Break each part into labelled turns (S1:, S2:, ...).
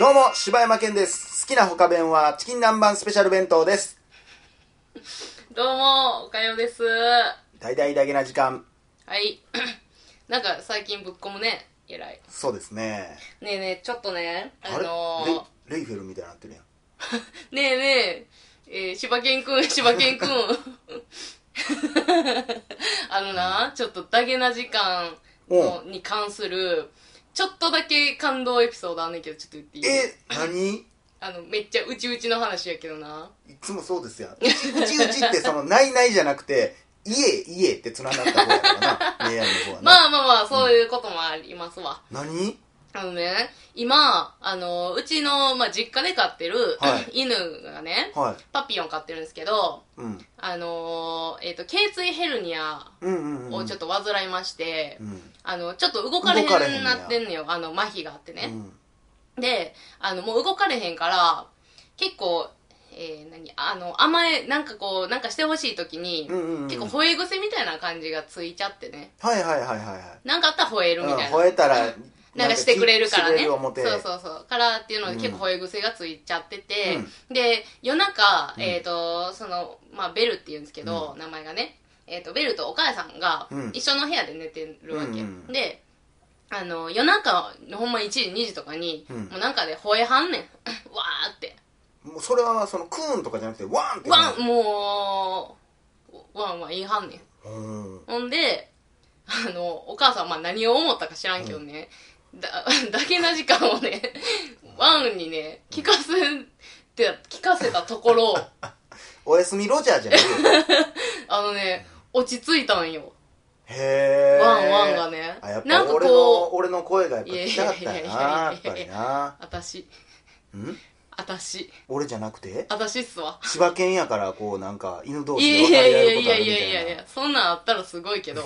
S1: どうも、柴山健です。好きな他弁はチキン南蛮スペシャル弁当です。
S2: どうも、おかよです。は
S1: 大々だけな時間。
S2: い。 なんか最近ぶっ込むね。えらい。
S1: そうですね。
S2: ねえねえ、ちょっとね、あ
S1: あれ、
S2: の
S1: レイレイフェルみたいになってるやん。
S2: ー、ねえねえ、えー、柴犬くん、 柴犬くん。あのな、ちょっとダゲな時間のに関する、ちょっとだけ感動エピソードあんねんけど、ちょっと言っていい
S1: え、何い
S2: あの、めっちゃうちうちの話やけどな。
S1: つもそうですやん。うちうちうちってその、ないないじゃなくて、家、家って繋がった方やからな。恋愛の方はな。
S2: まあまあまあ、そういうこともありますわ。
S1: 何
S2: あのね、今、あの、うちの、まあ、実家で飼ってる、
S1: は
S2: 犬がね、
S1: はい。
S2: パピヨン飼ってるんですけど、
S1: うん。
S2: あのーえっ、と、頸椎ヘルニア
S1: うんうんうん。
S2: をちょっ
S1: と。
S2: と患いまして、
S1: うん。
S2: あの、ちょっと動かれ
S1: 動かれへん
S2: へ
S1: ねや
S2: んなってんのよ。あの、麻痺があって
S1: う
S2: ね。
S1: ん
S2: で、あの、もう動かれへんから、結構、えー、何あの、甘え、なんかこう、なんかしてほしい時に、
S1: うんうんうん。
S2: 結構吠え癖みたいな感じがついちゃってね。
S1: はいはいはいはいはい。
S2: なんかあったら吠えるみ
S1: うん
S2: たいな。
S1: 吠えたら、
S2: なんかしてくれるから
S1: し
S2: ね。
S1: び
S2: そう
S1: 表
S2: そうそう。からっていうので結構吠え癖がついちゃってて、
S1: うん
S2: で、夜中、
S1: うん
S2: えっ、と、その、まあ、ベルって言うんですけど、名前がね、えっ、と、ベルとお母さんが
S1: うん
S2: 一緒の部屋で寝てるわけ。
S1: うんうん
S2: で、あの、夜中のほんま1時、2時とかに、
S1: うん
S2: もうなんかで吠えはん ねん。わーって。
S1: もうそれはそのクーンとかじゃなくてワンって
S2: わん、もう、わんわん言いはんねん。
S1: うん
S2: ほんで、あの、お母さん、まあ、何を思ったか知らんけどね、だ、 だけな時間をね、ワンにね、聞かせて、聞かせたとこ ろ、
S1: おやすみロジャーじゃない よ
S2: あのね、落ち着いたんよ。
S1: へえ
S2: ワンワンがね
S1: あやっぱ
S2: なんかこう
S1: 俺の俺の声がやっぱ聞きたかったんやない
S2: やいやいやいやいや
S1: やっぱりな
S2: あたし、
S1: ん
S2: あたし、
S1: 俺じゃなくて
S2: あたしっすわ。
S1: 千葉県やからこうなんか犬同
S2: い
S1: 士
S2: や
S1: で分
S2: い
S1: か
S2: やい
S1: り合えることあ
S2: やいや
S1: るみた
S2: いやいや
S1: いな
S2: そんなんあったらすごい けど、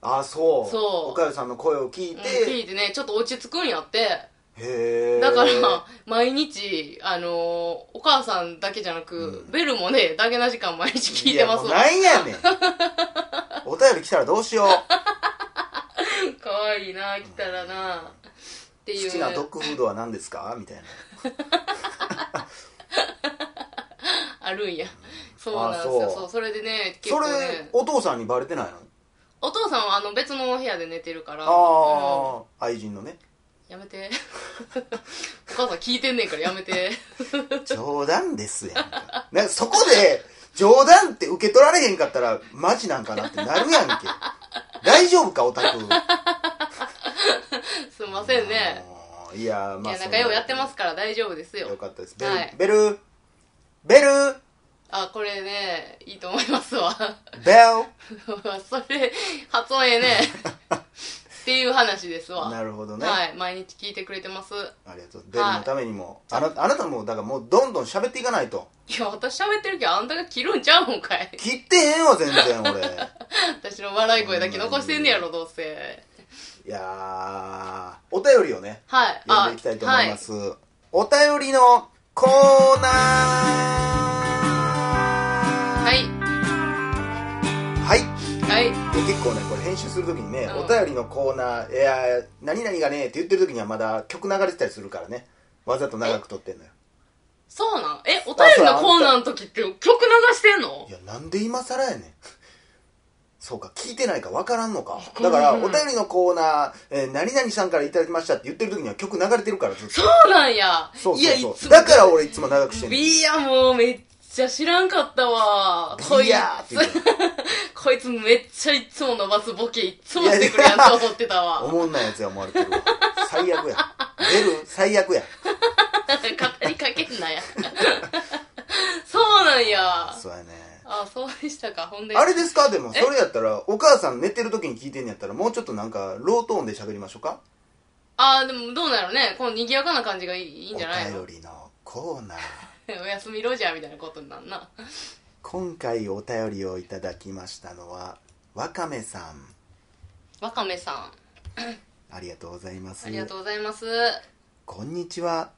S1: あそう
S2: そう
S1: おかゆさんの声を聞い
S2: うん
S1: て
S2: 聞いてね、ちょっと落ち着くんやって、
S1: へえ
S2: だから、毎日、あのーお母さんだけじゃな
S1: う
S2: く、
S1: ん
S2: ベルもね、だけな時間毎日聞いてますわ。
S1: いやもうなんやね んお便り来たらどうしよう
S2: 可愛いな来たらなっていう
S1: 好きなドッグフードは何ですかみたいな
S2: あるんやそうなんですよ
S1: あ
S2: そ
S1: そうう
S2: それでね結
S1: そ
S2: 構
S1: れ
S2: ね
S1: お父さんにバレてないの
S2: お父さんはあの別の部屋で寝てるからうん
S1: ああ愛人のね
S2: やめて お母さん聞いてんねんからや めて
S1: 冗談ですやんかなんかそこで冗談って受け取られへんかったらマジなんかなってなるやんけ大丈夫かオタク
S2: すいませんね
S1: あーいや
S2: い
S1: まあ
S2: や仲良うやってますすから大丈夫です
S1: よ
S2: よ
S1: かったです
S2: はい
S1: ベル、ベル
S2: あこれねいいと思いますわ
S1: ベルベル
S2: それ発音ええねっていう話ですわ
S1: なるほどね、
S2: はい毎日聞いてくれてます
S1: ありがとうベルのためにも、あなあなたもだからもうどんどん喋っていかないと
S2: いや私喋ってるけどあんたが切るんちゃうんかい
S1: 切ってへんわ全然俺
S2: 私の笑い声だけ残してんねやろどうせ
S1: いやーお便りをね
S2: はい
S1: 読んでいきたいと思います、お便りのコーナーはい
S2: はいはい、はい、
S1: で結構ねこれ編集するときにね、
S2: うん
S1: お便りのコーナーいやー何々がねって言ってるときにはまだ曲流れてたりするからねわざと長く撮ってんのよ
S2: そうなんえお便りのコーナーの時って曲流してんの
S1: いやなんで今更やねんそうか聞いてないか分からんのか
S2: から
S1: だ
S2: ん
S1: からお便りのコーナー、えー何々さんからいただきましたって言ってるときには曲流れてるからずっと
S2: そうなんや
S1: そう
S2: や
S1: そうそ
S2: いつ
S1: う
S2: も
S1: だから俺いつも長くしてんの
S2: いやもうめっちゃ知らんかったわこい
S1: ビヤーって
S2: つ
S1: 言って
S2: こいつめっちゃいつも伸ばすボケいつもしてくれやんと思ってたわ語
S1: 思んないやつや思われてるわ最悪や出る最悪や
S2: りかけんなやそうなんや
S1: そうやね
S2: あそうでしたかほんで
S1: あれですかでもそれやったらお母さん寝てる時に聞いてんのやったらもうちょっとなんかロートーンで喋りましょうか
S2: あーでもどうなのねこの賑やかな感じがいいいいんじゃないの
S1: お便りのコーナー
S2: おやすみロジャーみたいなことになんな
S1: 今回お便りをいただきましたのはわかめさん
S2: わかめさん
S1: ありがとうございます
S2: ありがとうございます
S1: こんにちは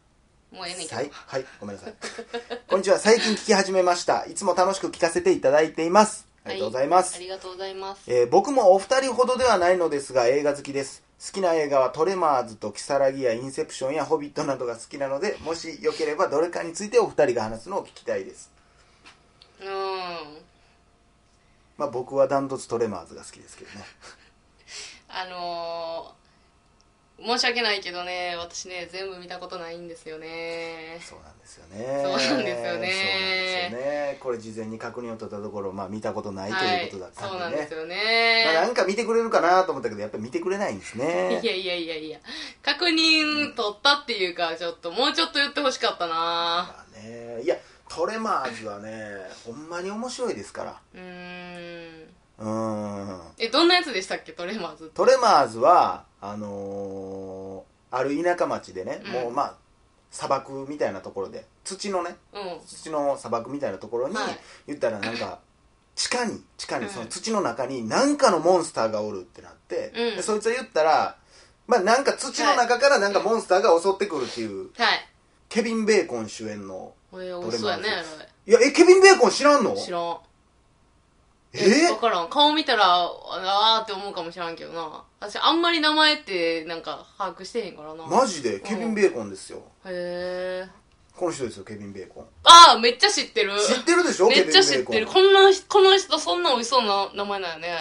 S2: もうええねんけど
S1: さいはいごめんなさい こんにちは最近聞き始めましたいつも楽しく聞かせていただいていますありがとうございます
S2: ありがとうございます
S1: えー僕もお二人ほどではないのですが映画好きですきな映画はトレマーズとキサラギやインセプションやホビットなどが好きなので、もしよければどれかについてお二人が話すのを聞きたいです。
S2: うん
S1: まあ僕はダントツトレマーズが好きですけどね。
S2: あのー申し訳ないけどね私ね全部見たことないんですよね
S1: そうなんですよね。
S2: そうなんですよ
S1: そ
S2: ね
S1: うなんですよね。これ事前に確認を取ったところ、まあ見たことないということだったん
S2: はい、そうなん
S1: でね。
S2: ですよ
S1: まあ
S2: ね、
S1: なんか見てくれるかなと思ったけど、やっぱり見てくれないんですね
S2: い。やいやいやいや確認取ったっていうかちょっともうちょっと言ってほしかったな
S1: まあね、いや、トレマーズはね、ほんまに面白いですから。
S2: うーん
S1: うーん。
S2: えどんなやつでしたっけトレマーズって
S1: トレマーズは、あのーある田舎町でね、
S2: うん
S1: もうまあ、砂漠みたいなところで、土のね、
S2: うん
S1: 土の砂漠みたいなところに、
S2: はい
S1: 言ったらなんか、地下に、地下
S2: う
S1: に、
S2: ん
S1: その土の中に何かのモンスターがおるってなって、
S2: うん
S1: でそいつは言ったら、まあなんか土の中からなんかモンスターが襲ってくるっていう、
S2: はい
S1: ケビン・ベーコン主演の、
S2: これ美味しそうやね
S1: トレマーズ
S2: あれ
S1: いや、え、ケビン・ベーコン知らんの
S2: 知らん
S1: え
S2: 分からん顔見たらあーって思うかもしらんけどな私あんまり名前ってなんか把握してへんからな
S1: マジでケビン・ベーコンですよ。
S2: へえ
S1: この人ですよ、ケビン・ベーコン。
S2: ああめっちゃ知ってる
S1: 知ってるでしょ
S2: めっちゃ知
S1: ケビ
S2: っ
S1: ンベ
S2: て
S1: ー
S2: る
S1: コン
S2: こんなこの人そんな美味しそうな名前なんやね
S1: いや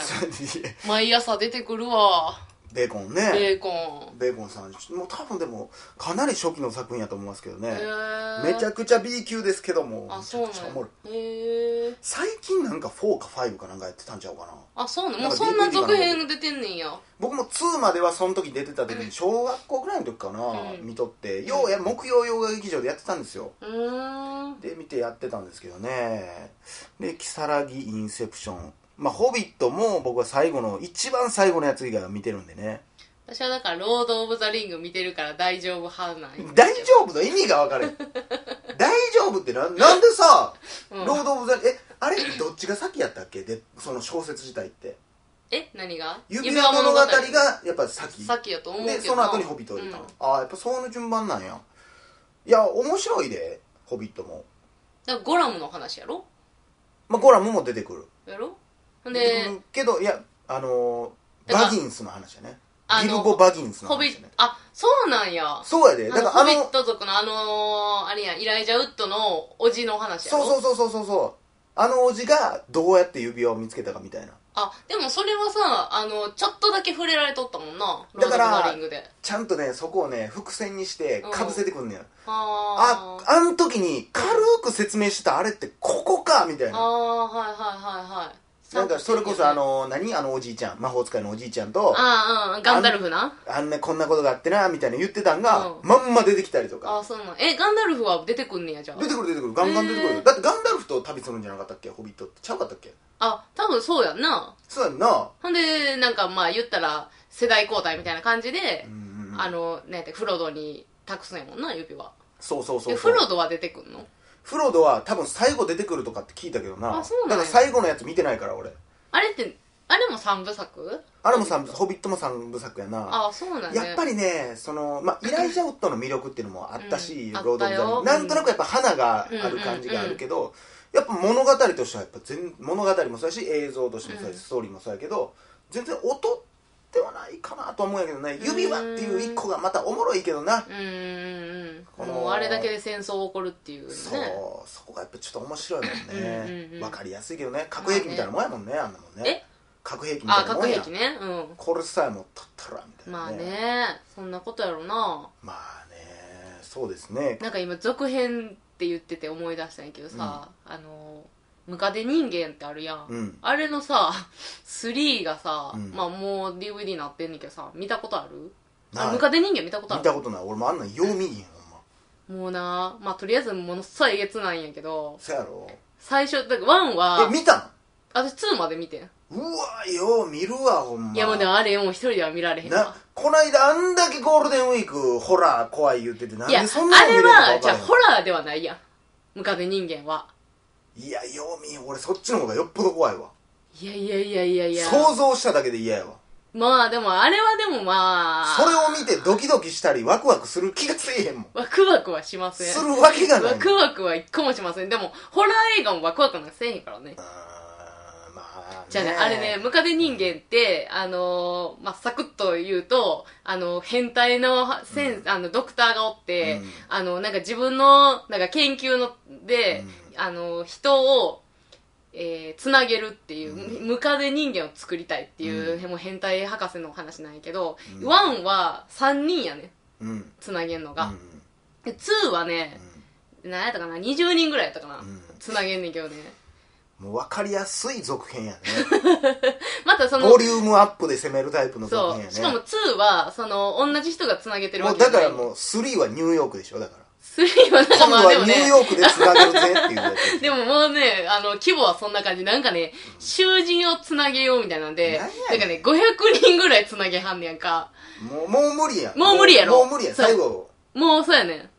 S2: 毎朝出てくるわ
S1: ベーコンね。
S2: ベーコン
S1: ベーコンさん、もう多分でも、かなり初期の作品やと思いますけどね。
S2: へえ
S1: めちゃくちゃ B 級ですけども、
S2: あそうなん
S1: めちゃくちゃおもろい
S2: やへえ
S1: 最近なんか4か5かなんかやってたんちゃうかな。
S2: あそうなん
S1: な
S2: も
S1: ん
S2: う
S1: か
S2: そんな続編出てんねんや
S1: 僕も2まではその時出てた時に、小学校ぐらいの時かな、
S2: うん
S1: 見とって、ようや、木曜洋画劇場でやってたんですよ。
S2: うーん
S1: で見てやってたんですけどねで「キサラギインセプション」まあ「ホビット」も僕は最後の一番最後のやつ以外は見てるんでね
S2: 私はだからロード・オブ・ザ・リング見てるから大丈夫派なんや
S1: 大丈夫の意味が分かる大丈夫ってななんでさ、
S2: うん
S1: ロード・オブ・ザ・えあれどっちが先やったっけでその小説自体って
S2: え何が
S1: 指輪物語がやっぱ先
S2: さっきやと思うけど
S1: でその後に「ホビット」を入れたの、
S2: うんだ
S1: ああやっぱそういう順番なんやいや面白いで「ホビットも」
S2: からゴラムの話やろ
S1: まあゴラムも出てくる
S2: やろほん
S1: 出て
S2: で
S1: くるけどいやあのー
S2: だから
S1: バギンスの話やね
S2: あ
S1: ギ
S2: の
S1: ルボ・バギンスの
S2: ホビ
S1: 話や
S2: ッ
S1: ね
S2: あそうなんや
S1: そうやで
S2: あ
S1: だ
S2: の
S1: からあ
S2: ホ
S1: の
S2: ビット族のあのーあれやイライジャウッドのおじの話やろ
S1: そうそうそうそうそうあのおじがどうやって指輪を見つけたかみたいな
S2: あでもそれはさあのちょっとだけ触れられとったもんなロー
S1: だ
S2: ド・
S1: から
S2: ザ・リングで
S1: ちゃんとねそこをね伏線にしてかぶせてくんねや
S2: あ
S1: ああん時に軽く説明してたあれってここかみたい
S2: あ
S1: な
S2: あーはいはいはいはい
S1: なんかそれこそあ
S2: ちゃんと
S1: の何あのおじいちゃん魔法使いのおじいちゃんと
S2: ああうんガンダルフな
S1: あんなこんなことがあってなみたいな言ってたんが
S2: うん
S1: まんま出てきたりと
S2: あ
S1: か
S2: あそうなんえガンダルフは出てくんねやじゃあ
S1: 出てくる出てくるガンガン出てくる
S2: へ
S1: よ
S2: ー
S1: だってガンダルフと旅するんじゃなかったっけホビットってちゃうかったっけ
S2: あ多分そうやんな
S1: そうやんな
S2: ほんでなんかまあ言ったら世代交代みたいな感じで
S1: う、んうんうん
S2: あのなんやってフロドに託すんやもんな指輪
S1: そうそうそ
S2: で
S1: う
S2: フ
S1: そう
S2: ロドは出てくんの
S1: フロドは多分最後出てくるとかって聞いたけどな
S2: あそうなんや
S1: だから最後のやつ見てないから俺
S2: あれってあれも三部作
S1: あれも三部ホビットも3部作やな
S2: ああそうなん
S1: やっぱ
S2: り
S1: りねその、まあ、イライジャ・ウッドの魅力っていうのもあったし、
S2: う
S1: ロ
S2: ん
S1: ード・オブ・ザ・リン
S2: あ
S1: グ
S2: ったよ
S1: なんとなくやっぱ花がある感じがあるけど、やっぱ物語としてはやっぱ全物語もそうやし映像としてもそうやし、
S2: うん
S1: ストーリーもそうやけど全然音ではないかなとは思うんやけどね指輪っていう一個がまたおもろいけどな、
S2: うーん
S1: この
S2: もうあれだけで戦争起こるっていうね
S1: そうそこがやっぱちょっと面白いもんね
S2: うんうんうん
S1: わかりやすいけどね核兵器みたいなもんやもんねあんなもんね
S2: え
S1: 核兵器みた
S2: あ
S1: いなも
S2: 核
S1: ん
S2: 兵
S1: や
S2: 器ねうん
S1: これさえ持っとったらみたい
S2: ま
S1: な
S2: あ
S1: ね
S2: ねそんなことやろな
S1: まあねそうですね
S2: なんか今続編って言ってて思い出したんやけどさ、あのムカデ人間ってあるやん、
S1: うん
S2: あれのさ3がさ、
S1: うん
S2: まあもう DVD になってんねんけどさ見たことある
S1: な
S2: あ
S1: い
S2: ムカデ人間見たことあ
S1: 見
S2: る
S1: たことない俺もあんなんよう見えへんほんま
S2: もうなまあとりあえずものすごいえげつないんやけど
S1: そやろ
S2: 最初だから1
S1: え
S2: は
S1: 見た
S2: 私2まで見てん、
S1: のうわよう見るわほんま
S2: いやもうでもあれもう一人では見られへん
S1: な
S2: わ
S1: こないだあんだけゴールデンウィークホラー怖い言っててなん
S2: いやあ
S1: でそんなの見れる
S2: れ
S1: のか
S2: は
S1: 分
S2: じ
S1: か
S2: ゃ
S1: ら
S2: あ
S1: へん
S2: ホラーではないやんムカデ人間はい
S1: やよう見えへん俺そっちの方がよっぽど怖いわ
S2: いやいやいやいやいや
S1: 想像しただけで嫌やわ
S2: まあでもあれはでもまあ
S1: それを見てドキドキしたりワクワクする気がせえへんもん
S2: ワクワクはしません
S1: するわけがない
S2: ワクワクは一個もしませんでもホラー映画もワクワクなんかせえへんからね
S1: うーんまああー
S2: じゃあね、あれね、ムカデ人間って、あのーまあ、サクッと言うと、あの、変態のセン、あの、ドクターがおって、
S1: うん
S2: あの、なんか自分の、なんか研究の、で、あの、人を、えー、つなげるっていう、
S1: う
S2: ムカデ人間を作りたいっていう、もう変態博士のお話なんやけど、
S1: うん
S2: ワン1は3人やね、
S1: うんうん
S2: つなげんの
S1: う
S2: が。
S1: ん
S2: で、2はね、何やったかな、20人ぐらいやったかな、
S1: うん
S2: つなげんねんけどね。
S1: もう分かりやすい続編やね
S2: ま たその、
S1: ボリュームアップで攻めるタイプの続
S2: そ
S1: 編や
S2: う。
S1: ね
S2: しかも2は、その、同じ人が繋げてるわ
S1: も
S2: け
S1: う
S2: じ
S1: だ
S2: ゃな
S1: か
S2: い。
S1: らもう3はニューヨークでしょだから
S2: 3はなんか
S1: 今
S2: ま
S1: 度
S2: あでも
S1: はニュー
S2: ね、
S1: ヨークでつなげるぜっていうやつ
S2: でももうね、あの、規模はそんな感じ。なんかね、囚人を繋げようみたいなんで、
S1: なんや
S2: な
S1: ね
S2: ん
S1: ん
S2: かね、500人ぐらい繋げはんねやんか。
S1: もうもう無理やん
S2: もう無理やろ
S1: もう無理やん
S2: そう
S1: 最後
S2: もうそうやねん。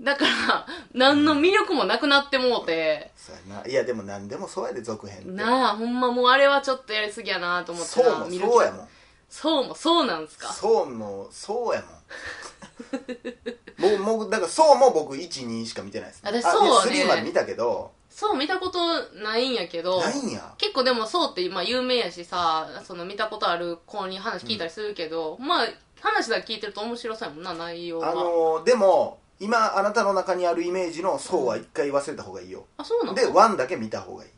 S2: だから、何の魅力もなくなってもうて、
S1: そうやないやでも何でもそうやで続編って
S2: なあ、ほんまもうあれはちょっとやりすぎやなと思って
S1: そ
S2: な
S1: うも
S2: 見る気
S1: そうやもん
S2: そうも、そうなんすか。
S1: そうもそうやもんもうもうだからそうも僕12しか見てないです
S2: 私
S1: あ
S2: そうはね
S1: いや3まで見たけど
S2: そう見たことないんやけど、
S1: ないんや
S2: 結構でもそうって今有名やしさその見たことある子に話聞いたりするけど、まあ話だけ聞いてると面白そうやもんな内容が
S1: あのーでも今あなたの中にあるイメージのそうは一回忘れた方がいいよ、
S2: あそうな
S1: で
S2: の
S1: 1だけ見た方がいい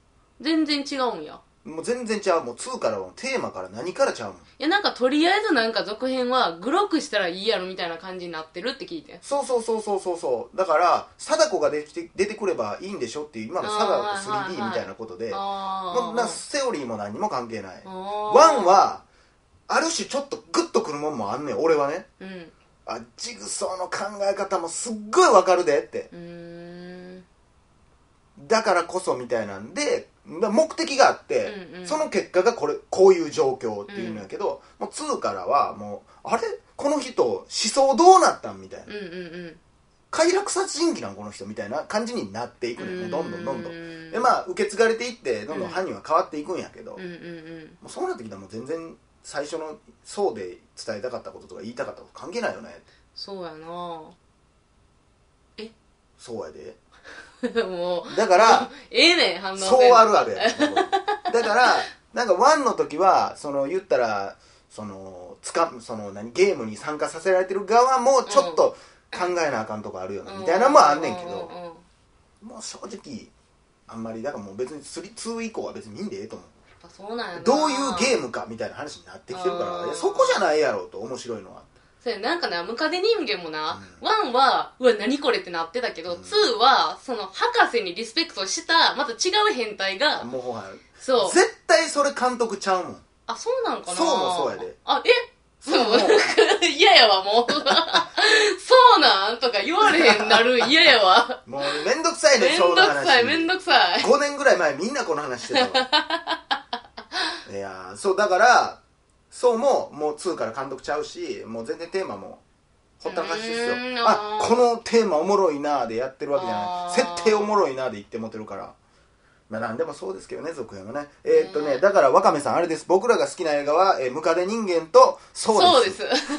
S2: 全然違うんや
S1: もう全然ちゃうもう2からはテーマから何からちゃうもん
S2: いやなんかとりあえずなんか続編はグロくしたらいいやろみたいな感じになってるって聞いて
S1: そうそうそうそうそうそうだから貞子が出てきて出てくればいいんでしょっていう今の
S2: あ
S1: 貞
S2: ー
S1: 子
S2: はいはい
S1: 3D
S2: はい
S1: みたいなことで、
S2: あ
S1: もうなセオリーも何も関係ない
S2: あ
S1: 1
S2: ワ
S1: はある種ちょっとグッとくるもんもあんねん俺はね
S2: うんう
S1: あジグソーの考え方もすっごいわかるでって
S2: ーん
S1: だからこそみたいなんでだ目的があって、
S2: うんうん
S1: その結果がこれこういう状況っていうんやけど、もう2からはもうあれこの人思想どうなったんみたいな
S2: うんうん
S1: 快楽殺人鬼なんこの人みたいな感じになっていく
S2: う
S1: の
S2: ん
S1: よどんどんどんど
S2: うんん
S1: でまあ受け継がれていってどんどん
S2: うん
S1: 犯人は変わっていくんやけど、
S2: うんうんうん
S1: もうそうなってきたらもう全然最初のそうで伝えたかったこととか言いたかったこと関係ないよね
S2: そうやな も
S1: そうや で
S2: う
S1: だから
S2: ええねん反応せん
S1: そうあるある やでだからなんか1の時はその言ったらそのつかその何ゲームに参加させられてる側もちょっと考えなあかんとこあるよな、みたいなのもあんねんけど、
S2: ううんうん
S1: もう正直あんまりだからもう別に32以降は別に見んでええと思う
S2: やっぱそうなんやな
S1: どういうゲームかみたいな話になってきてるか
S2: あー
S1: らいやそこじゃないやろうと面白いのは
S2: そうやなんかなムカデ人間もな、ワンはうわ何これってなってたけど、ツーはその博士にリスペクトしたまた違う変態が
S1: もうほら
S2: そう
S1: 絶対それ監督ちゃうもん
S2: あそうなんかな
S1: そうもそうやで
S2: あえそ
S1: そ
S2: う
S1: うも
S2: 嫌やわもう そうなんとか言われへんなる嫌やわ
S1: もうめんどくさいね
S2: めん
S1: ちょう
S2: どく
S1: ど
S2: さ
S1: 話
S2: いめんどくさい
S1: 5年ぐらい前みんなこの話してた わいやーそうだからそうももう2から監督ちゃうしもう全然テーマもほったらかしですよ
S2: うーん
S1: あ
S2: あー
S1: このテーマおもろいなーでやってるわけじゃない
S2: あー
S1: 設定おもろいなーで言ってもてるからまあ何でもそうですけどね続編はねえーっとねだからワカメさんあれです僕らが好きな映画は、えームカデ人間と
S2: そ
S1: そう
S2: う
S1: で
S2: ですす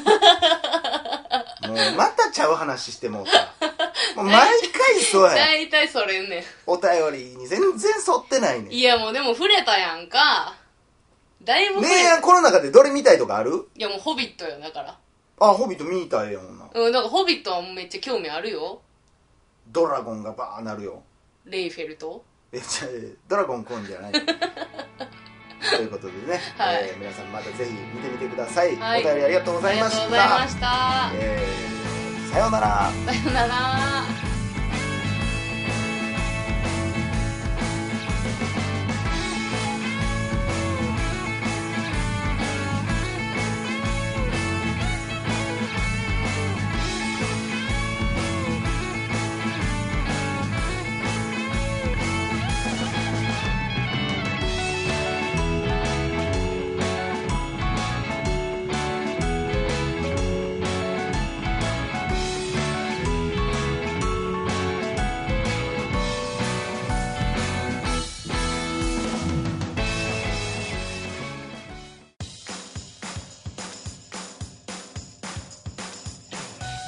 S1: もうまたちゃう話してもうた もう毎回そうや
S2: 大体それね
S1: お便りに全然沿ってないね
S2: いやもうでも触れたやんかだいぶ触
S1: ね
S2: れ
S1: えやんこの中でどれ見たいとかある
S2: いやもうホビットよだから
S1: あホビット見たいやんな
S2: うん、なんかホビットはめっちゃ興味あるよ。
S1: ドラゴンがバーなるよ
S2: レイフェルト。
S1: えちゃドラゴン来んじゃ ないということでね、
S2: はい
S1: えー皆さんまたぜひ見てみてください、
S2: はい
S1: お便りありがとうご
S2: あ
S1: ざい
S2: り
S1: ま
S2: がと
S1: し
S2: うござい
S1: た
S2: ました。
S1: えーさようなら
S2: さよなら。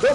S1: どう